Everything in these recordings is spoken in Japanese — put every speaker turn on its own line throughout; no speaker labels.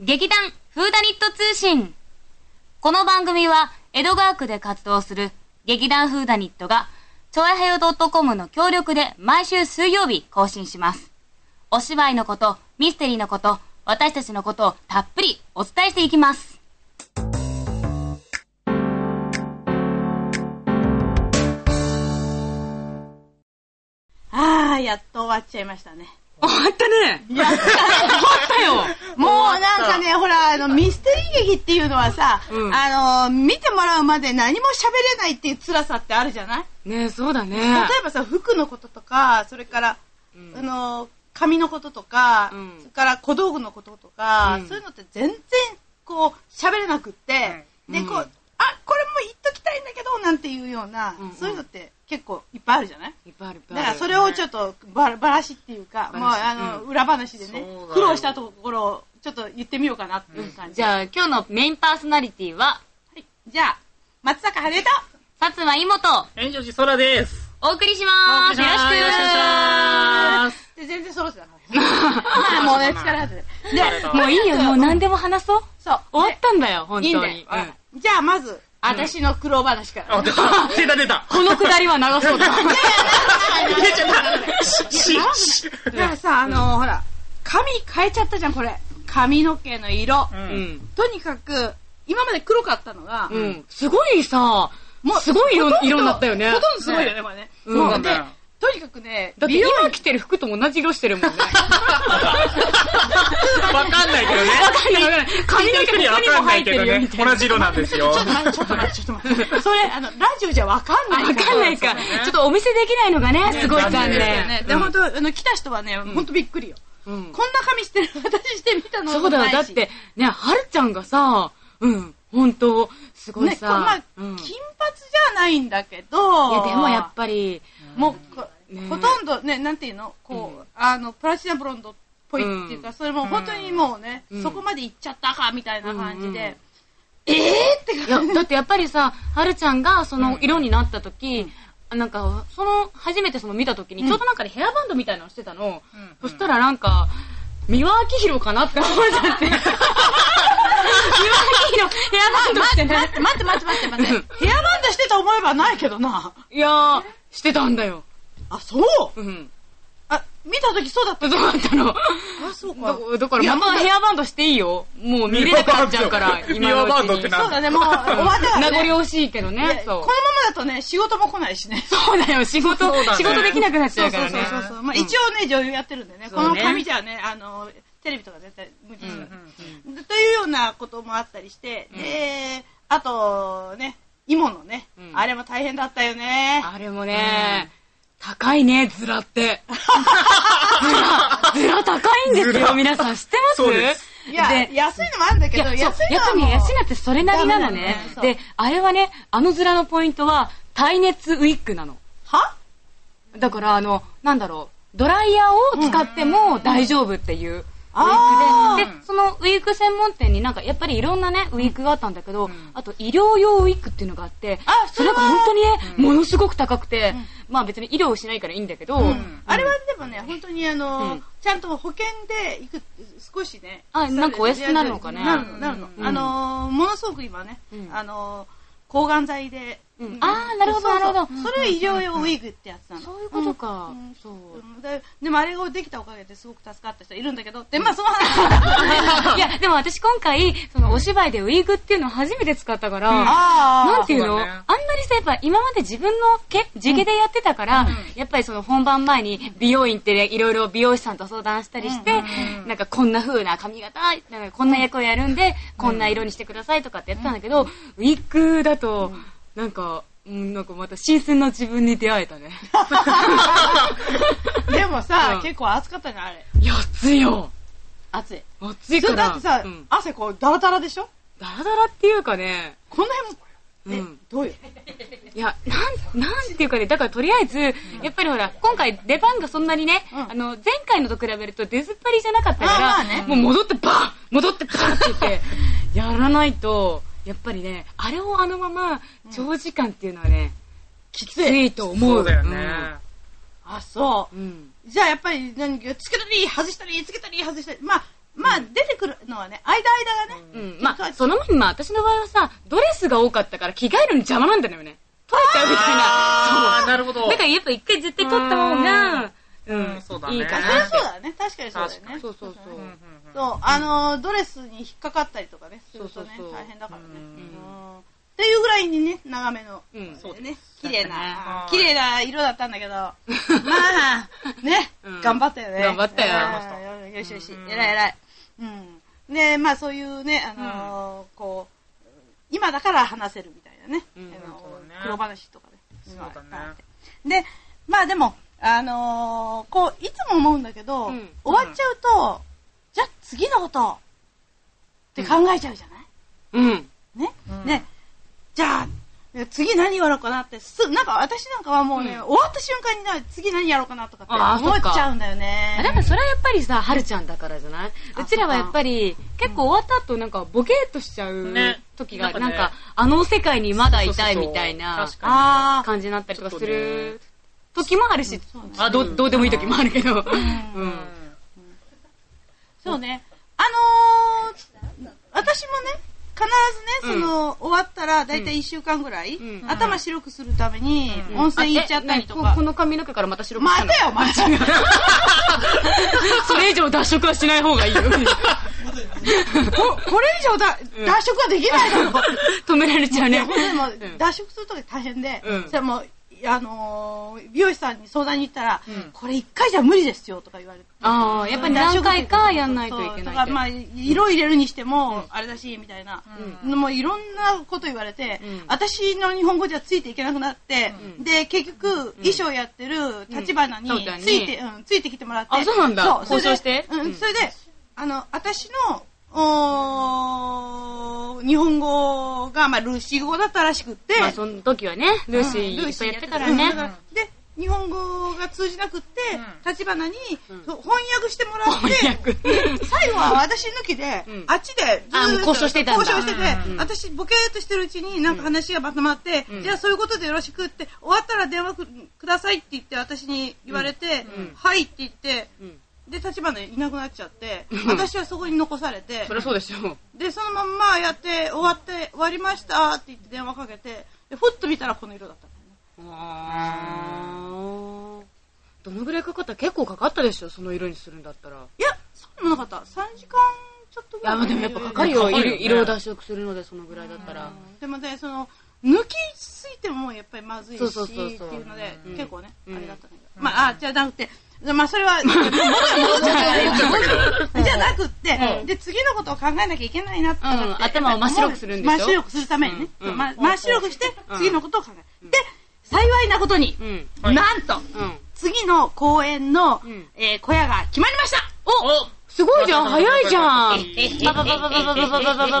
劇団フーダニット通信。この番組は江戸川区で活動する劇団フーダニットが、ちょやへよ .com の協力で毎週水曜日更新します。お芝居のこと、ミステリーのこと、私たちのことをたっぷりお伝えしていきます。
ああ、やっと終わっちゃいましたね。
あ、入ったね
やった
たよ
もうなんかね、ほら、あの、ミステリー劇っていうのはさ、
うん
あの、見てもらうまで何も喋れないっていう辛さってあるじゃない
ねそうだね。
例えばさ、服のこととか、それから、
うん
あの、髪のこととか、
うん
それから小道具のこととか、
うん
そういうのって全然、こう、喋れなくって、で、こう、
うん
あ、これも言っときたいんだけど、なんていうような、
うんうん
そういうのって結構いっぱいあるじゃない
いっぱいある、いっぱいあ
だ
る。
からそれをちょっとばばらしっていうか、
ば
もう
らし
あの、
う
裏話で
そう
ね
だよ、
苦労したところをちょっと言ってみようかなっていう感じ。
じゃあ今日のメインパーソナリティは、
はいじゃあ、松坂晴れと
薩摩妹と
炎上寺空です。
お送りします。よろしく。
よろしくお願いします。
で、全然そろせたもん。もうね、疲れ果 ててで、
もういいよ、もう何でも話そう。
そう。
終わったんだよ、本当
いい
に。
んだよ。じゃあ、まず、私の苦労話から。
あ、出た出た出た
このくだりは長そうだ。
出ちゃったしし
だからさ、あの、ほら、髪変えちゃったじゃん、これ。髪の毛の色。
う。
うんん。
とにかく、今まで黒かったのが、
うん。すごいさ、
もう
すごい
ほ
色
とんど
色になったよね
ほとんどすごいよね、これね。
うん
も
そうう
で
だね、
とにかくね、
だって
美容
今着てる服と同じ色してるもんね。
わかんないけどね。
髪の毛
一人
ここにも
わかんな
入っ
い
て
けど
るよ、
ね
み。たいな。
同じ色なんですよ。
ちょっと待って、ちょっと待って。それ、あの、ラジオじゃわかんない
わかんないか。ちょっとお見せできないのがね、すごい残
残
念。
念
だよね。で、本当あの、来た人はね、本当びっくりよ。
うん
こんな髪してる、 私してみたの
そうだ
な
よ。
いし
だっ、て、ね、はるちゃんがさ、うん、本当すごい
ね、こんな
さ。、
金
うん
髪
い
じゃないんだけど、
や、でもやっぱり、
もうこ、
ね
ほとんどね、なんていうのこう、あの、プラチナブロンドっぽいっていうか、
うん
それも本当にもうね、
うん
そこまで行っちゃったか、みたいな感じ
うんうん
で、えーって
いや、だってやっぱりさ、はるちゃんがその色になった時、なんか、その、初めてその見た時に、ちょうどなんかでヘアバンドみたいなのしてたの。そしたらなんか、三輪明宏かなって思っちゃって。三輪明宏、ヘア バンドしてね。
待って待って待って待って。 ヘアバンドしてた思えばないけどな。
いやー、してたんだよ。
あ、そう
うん。
あ、見たときそうだった
そうだったの。
あ、そう
だだから、ままヘアバンドしていいよ。もう見れなくなっちゃうから、
ミ
今の
ワ
う
バードっ
ち
て
に。
な
そうだね、もう終わったから、
名
ね。
残惜しいけど
いや
ね。
このま
そう
ま。だとね、仕事も来ないしね。
そうだよ、仕事、
そうだね
仕事できなくなっち
そ
ゃ
う
うか
そう
らね
そう。そうそう。まあ一応ね、女優やってるんでね、こ
う
の
ね
髪じゃね、あの、テレビとか絶対無理ですよ、
う
でというようなこともあったりして、で、あと、ね、芋のね、
うん
あれも大変だったよね。
あれもね、高いね、ズラって。ズラ、ズラ高いんです
ズ
よ、
ラ
皆さん知ってます
そうです
いや、
で
安いのもあるんだ
い
け
や
ど、
そう
安い
や
の
っ
は
ぱ
も
り
う
ね、安いのってそれなりなの
ダメ
ね
なのね。そう
で、あれはね、あのズラのポイントは、耐熱ウィッグなの。
は
だから、あの、なんだろう、ドライヤーを使っても大丈夫っていう。ウィ
あ
ッグで
ー
で、そのウィーク専門店になんかやっぱりいろんなね、ウィークがあったんだけど、あと医療用ウィークっていうのがあって、
あそ
そ
れ
れ
は
が本当にね、ものすごく高くて、まあ別に医療をしないからいいんだけど、
うんあれはでもね、本当にあの、
うん
ちゃんと保険で行く、少しね。
あなんかお安くなるのかね
なるの、なるの。
うん
あのー、ものすごく今ね、
うん
あのー、抗がん剤で。
うんあーなるほど
そうそう
なるほど
それは医療用ウィーグってやつなの。
そういうことか
うん。
そう。
うんででもあれができたおかげですごく助かった人いるんだけど、で、まあその話。
いや、でも私今回、そのお芝居でウィーグっていうのを初めて使ったから、
あー
なんていう
そ
の
うだね
あんまりさ、やっぱ今まで自分の毛地毛でやってたから、やっぱりその本番前に美容院ってねいろいろ美容師さんと相談したりして、なんかこんな風な髪型、なんかこんな役をやるんで、こんな色にしてくださいとかってやってたんだけど、ウィッグだと、なんか、うん、なんかまた新鮮な自分に出会えたね。
でもさ、
うん
結構暑かったね、あれ。
いや、暑いよ
暑い。
暑い
そ
か
れ
ら。
だってさ、
うん
汗こう、ダラダラでしょ
ダラダラっていうかね、
この辺も、
う
え、
ん。
どういう
いや、なん、なんていうかね、だからとりあえず、やっぱりほら、今回出番がそんなにね、
うん
あの、前回のと比べると出ずっぱりじゃなかったか
あ
ら、
ーまあね
もう戻ってバーン戻ってバーンって言って、 やらないと、やっぱりね、あれをあのまま長時間っていうのはね、きついと思う。
そうだよね。
あ、そう
う。ん。
じゃあやっぱり何つけたり外したりつけたり外したりまあまあ、出てくるのはね、間間がね、
うん、まあ、その前にまあ、私の場合はさ、ドレスが多かったから着替えるのに邪魔なんだよね。取れちゃうみたいな。
あー、なるほど。
そう。だからやっぱ一回絶対取った方が、う
うん
ん、
そうだね
いいか
あ
な
そりゃそうだね。確かにそうだよね。
そうそうそう。
うんうんうん
そう、あのードレスに引っかかったりとかね、するとね、
そうそうそう
大変だからね。
う
うんんっていうぐらいにね、長めの、
うん
そう
そうで
ね、綺麗な
は、い
綺麗な色だったんだけど、まあ、ね、
うん
頑張ったよね。
頑張ったよ
よ。よしよし、偉い偉い。うん。で、まあそういうね、あのーこう、今だから話せるみたいなね、
うん
あの
そうだね
黒話とかね。
そうだね
あってで、まあでも、あのーこう、いつも思うんだけど、
うん
終わっちゃうと、じゃあ次のことって考えちゃうじゃない、
うん。
ね、
うん
ね、じゃあ、次何やろうかなって、すなんか私なんかはもうね、
うん
終わった瞬間にな次何やろうかなとかって
あー
思
そっか
っちゃうんだよ
あだ
ね。
からそれはやっぱりさ、はるちゃんだからじゃないう
あ
ちらはやっぱり、結構終わった後なんかボケーっとしちゃう
ね
時が、
なんか
なん
ね
か、あの世界にまだいたいみたい
そう
な
そうそう確
あ
感じになったりとかす
ちょ
る時もあるし、
そうね
あ
ど
うん
どうでもいい時もあるけ
ん
ど。うん
そうね。あのー私もね、必ずね、その、終わったら、だいたい1週間ぐらい、
うん
頭白くするために、
うん
温泉行っちゃったりと
あえ何
か
こ。の髪の毛からまた白くした
ま
の
たよ、またよ。
それ以上脱色はしない方がいいよ。
ここれ以上だ、
うん
脱色はできないだろ。
止められちゃう
い
ね
や、。本当にも
う
うん脱色するとき大変で、
うん
それもう、あのー美容師さんに相談に行ったら、
うん
これ一回じゃ無理ですよとか言われて。
ああ、やっぱり何回かやんないといけ
そうと
ない
か、
って。
まあ、色入れるにしても、あれだし、みたいな。もういろんなこと言われて、
うん
私の日本語じゃついていけなくなって、で、結局、衣装やってる立花に
うんそうだね
ついて、うん、ついてきてもらって。
あそうなんだ
それで
交渉して
う
うん
ん、それで、あの、私の、おー日本語が、まあ、ルーシー語だったらしくって、
まあ、その時はね、ルーシーいっぱいやってたからね。
で、日本語が通じなくって、立花に、翻訳してもら
翻
っ
訳
て、で最後は私抜きで、
うん
あっちでずーっと
あもう交渉してたんだ
交渉してて
うんうん
私ボケーっとしてるうちになんか話がまとまって、
うん
じゃあそういうことでよろしくって、終わったら電話くくださいって言って私に言われて、
うん
はいって言って、
うん
で、立花いなくなっちゃって
う、ん
私はそこに残されて、
そりゃそうでしょ。
で、そのまんまやって、終わって、終わりましたって言って電話かけて、でふっと見たらこの色だった。
あーどのぐらいかかった結構かかったでしょ、その色にするんだったら。い
いや、そうでもなかった。3時間ちょっとぐら
や、
い。
まあでもやっぱかかるよ。
かか
色
るよね
色を脱色するので、そのぐらいだったら。
でもね、その、抜きすぎてもやっぱりまずいし、
そうそうそうそう
っていうので、
うん
結構ね、
うん
あれだったんだけど。まあ、あ、じゃなくて、まあそれ は、戻っちゃったじゃなくって、で、次のことを考えなきゃいけないなってなって。
うん頭を真っ白くするんでしょ
真っ白くするためにね。
うんうん
ま真っ白くして、
うん
次のことを考える。で、幸いなことに
う、ん。
はい
なんと、
うん。
次の公演の
うん、
えー小屋が決まりました
お
すごいじゃん早いじゃん
バ
バ
バ
バ
バ
バ
バババババ
ババババ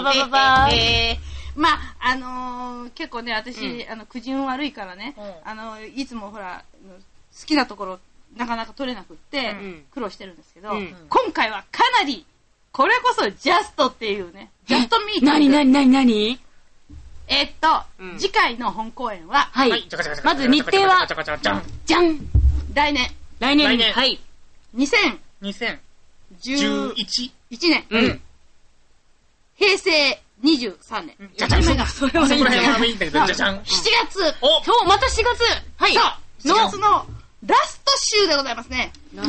ババ
バババ
バ
バ
えーまあ、あのー結構ね、私、あの、苦人悪いからね、
うん
あのーいつもほら、あの好きなところ、なかなか取れなくって、
うん
苦労してるんですけど、
うん
今回はかなり、これこそジャストっていうね、ジャストミーティング。
なになになになに
えーっと、
うん
次回の本公演は、
は
はい
い
じゃかじゃかじ。ゃか
まず日程は
じゃかじゃかじゃかじゃか
じゃん
来年、
来年
来
に。
年
はい。
2011
2011。じ
年、
うん。
平成23年、
ゃじゃん。
それ
そこ
それはいいん
ら
だ
辺
よ
はいいんだけど、じゃじゃん。
7月、
お
今日また4月はい
さあ、
の
4月のラスト週でございますね。
はい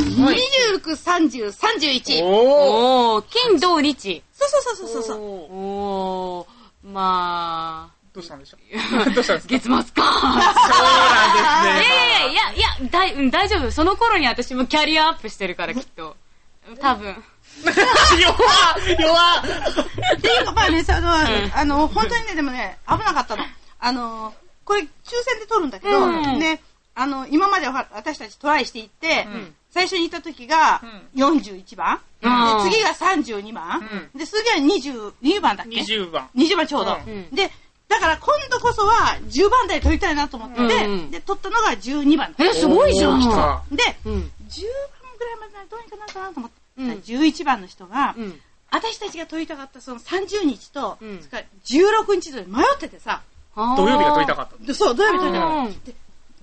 29、30、31。
お
お
ー
ー、金、土、日。
そうそうそうそうそう。
おー
おー、まあ、
どうしたんでしょうどうしたんです
月末か。
かそうな
い
んで
や
すね。
いやいや、いや、だいうん大丈夫。その頃に私もキャリアアップしてるから、きっと。多分。
ってい
弱弱
うか、まあね、その、あの、本当にね、でもね、危なかったの。あの、これ、抽選で取るんだけど、
うん
ね、あの、今までは私たちトライしていって、最初に行った時が41番、
うん
で次が32番、で、次が22番だっけ
20番。
20番ちょうど、
うん
で、だから今度こそは10番台取りたいなと思って、
うん
で、取ったのが12番。
え、すごいじゃ
おー来
ん。
た
で、
う
10
ん。
番ぐらいまでならどうにかなるかなと思って、
うん
11番の人が、
うん。
私たちが取りたかったその30日と、
うん
それから16日とで迷っててさ、
土曜日が撮りた
か
かった。
でそう、土曜日取りたか
う
っ
ん
た。で、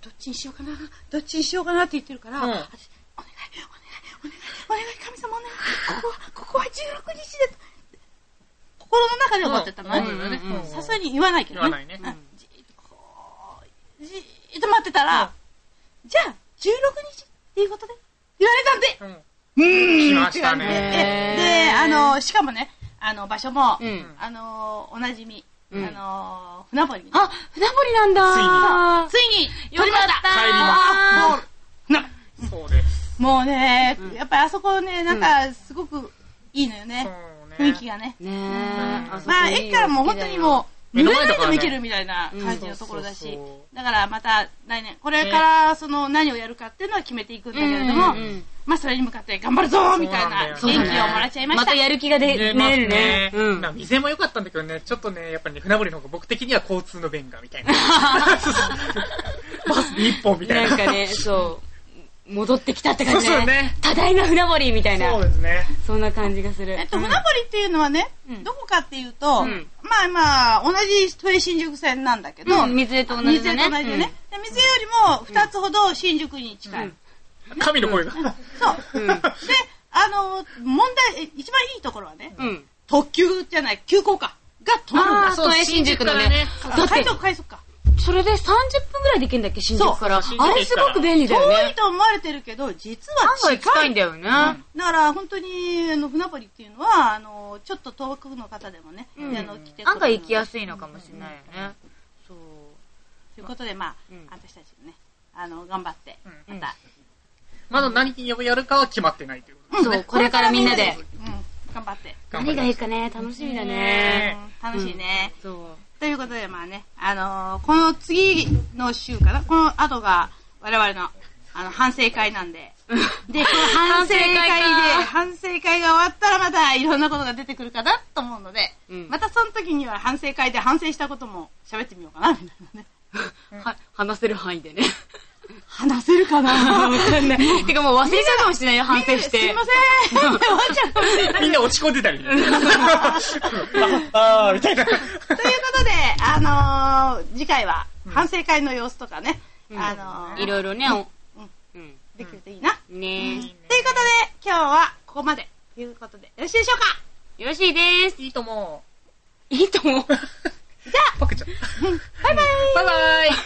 どっちにしようかな、どっちにしようかなって言ってるから、
う
私
ん
お願い、お願い、お願い、神様お願い。ここは、ここは16日で。心の中で思ってたの
うんうん
ね
うん。
さすがに言わないけ
言
どね。
わないね。
じーっとこう、じーっと待ってたら、じゃあ、16日っていうことで、言われたんで、
うん。
来
来ましたね
で、あの、しかもね、あの、場所も、
ん
あの、おなじみ、
うん
あの、船堀に。
あ、船堀なんだ
ついに、
よかっ
帰り
た
ます。そうです。
もうね、やっぱりあそこね、なんか、すごくいいのよ
そ
ね、
うね。
雰囲気がね。
ねえ。そこ
まあ、
いいよ
駅からもう本当にもう、
好き
濡
だ
れ
よ
ないでも行
目の前だからね
けるみたいな感じのところだ
うん
し
そうそうそ、
だからまた来年、これからその何をやるかっていうのは決めていくんだけれども
うんうんうん、
まあそれに向かって頑張るぞみたいな元
そ
気
う
を
なん
も
だよね
らっちゃいまし
ま
た
た。やる気が出
出
る
ます
ね
ね。。
うん
なんか店も良かったんだけどね、ちょっとね、やっぱりね、船堀の方が僕的には交通の便がみたい な。バス一本みたい
な
な。
んかね、そう、戻ってきたって感じ
そう
だ
そう
ね
ね。
多大な船堀みたい
そう
な。
ですね。
そんな感じがする
え。っと、船堀っていうのはね、どこかっていうと、
ん
まあまあ、同じ都営新宿線なんだけど、
うん水江と同じだ
水江
ね
と同じでね。で水江よりも2つほど新宿に近い。
神の声が。
そう。で、あの、問題、え一番いいところはね、
うん。
特急じゃない、急行か、が止まるん
あ
だ
あ、
そう。
そう、新宿のね。だ
あ
って
快、速、快速か。
それで30分ぐらいで行けんだっけ、新宿から。
そう
あれすごく便利だよ
遠い
ね。
と思われてるけど、実は
案
近い
外。近いんだよね。
だから本当にあの船堀っていうのはあのちょっと遠くの方でもね、あの来てくれるの
案外行きやすいのかもしれないよね。そう。
ということでまあ、私たちもねあの頑張って
う
ま
ん
た、
まだ何をやるかは決まってないということ
そう、これからみんなで。
うん、頑張って、
頑
何
張り
が
ま
い
す
いかね、楽しみだ
う
ね。
ん楽しいね、
そ
ということでまあねあのーこの次の週かなこの後が我々のあの反省会なんでで、この反省会で、反省会が終わったらまたいろんなことが出てくるかなと思うので、
うん
またその時には反省会で反省したことも喋ってみようかな、みたいなね。
う。は、話せる範囲 でね。
話せるかな
わかんない。てか もう忘れちゃうかもしれないよ、反省して。
すいませんって終わっちゃうかもしれない。
みんな落ち込んでた りね。ああ、みたい な。
ということで、あのー次回は反省会の様子とかね、あのー
いろいろね、お
うん
うん。
できるといいな。
ね
ということで、今日はここまで、ということで、よろしいでしょうか
え。よろしいです。
いいとも。
いいと思う。
パクちゃん。
バイバイ
バイバイ。
「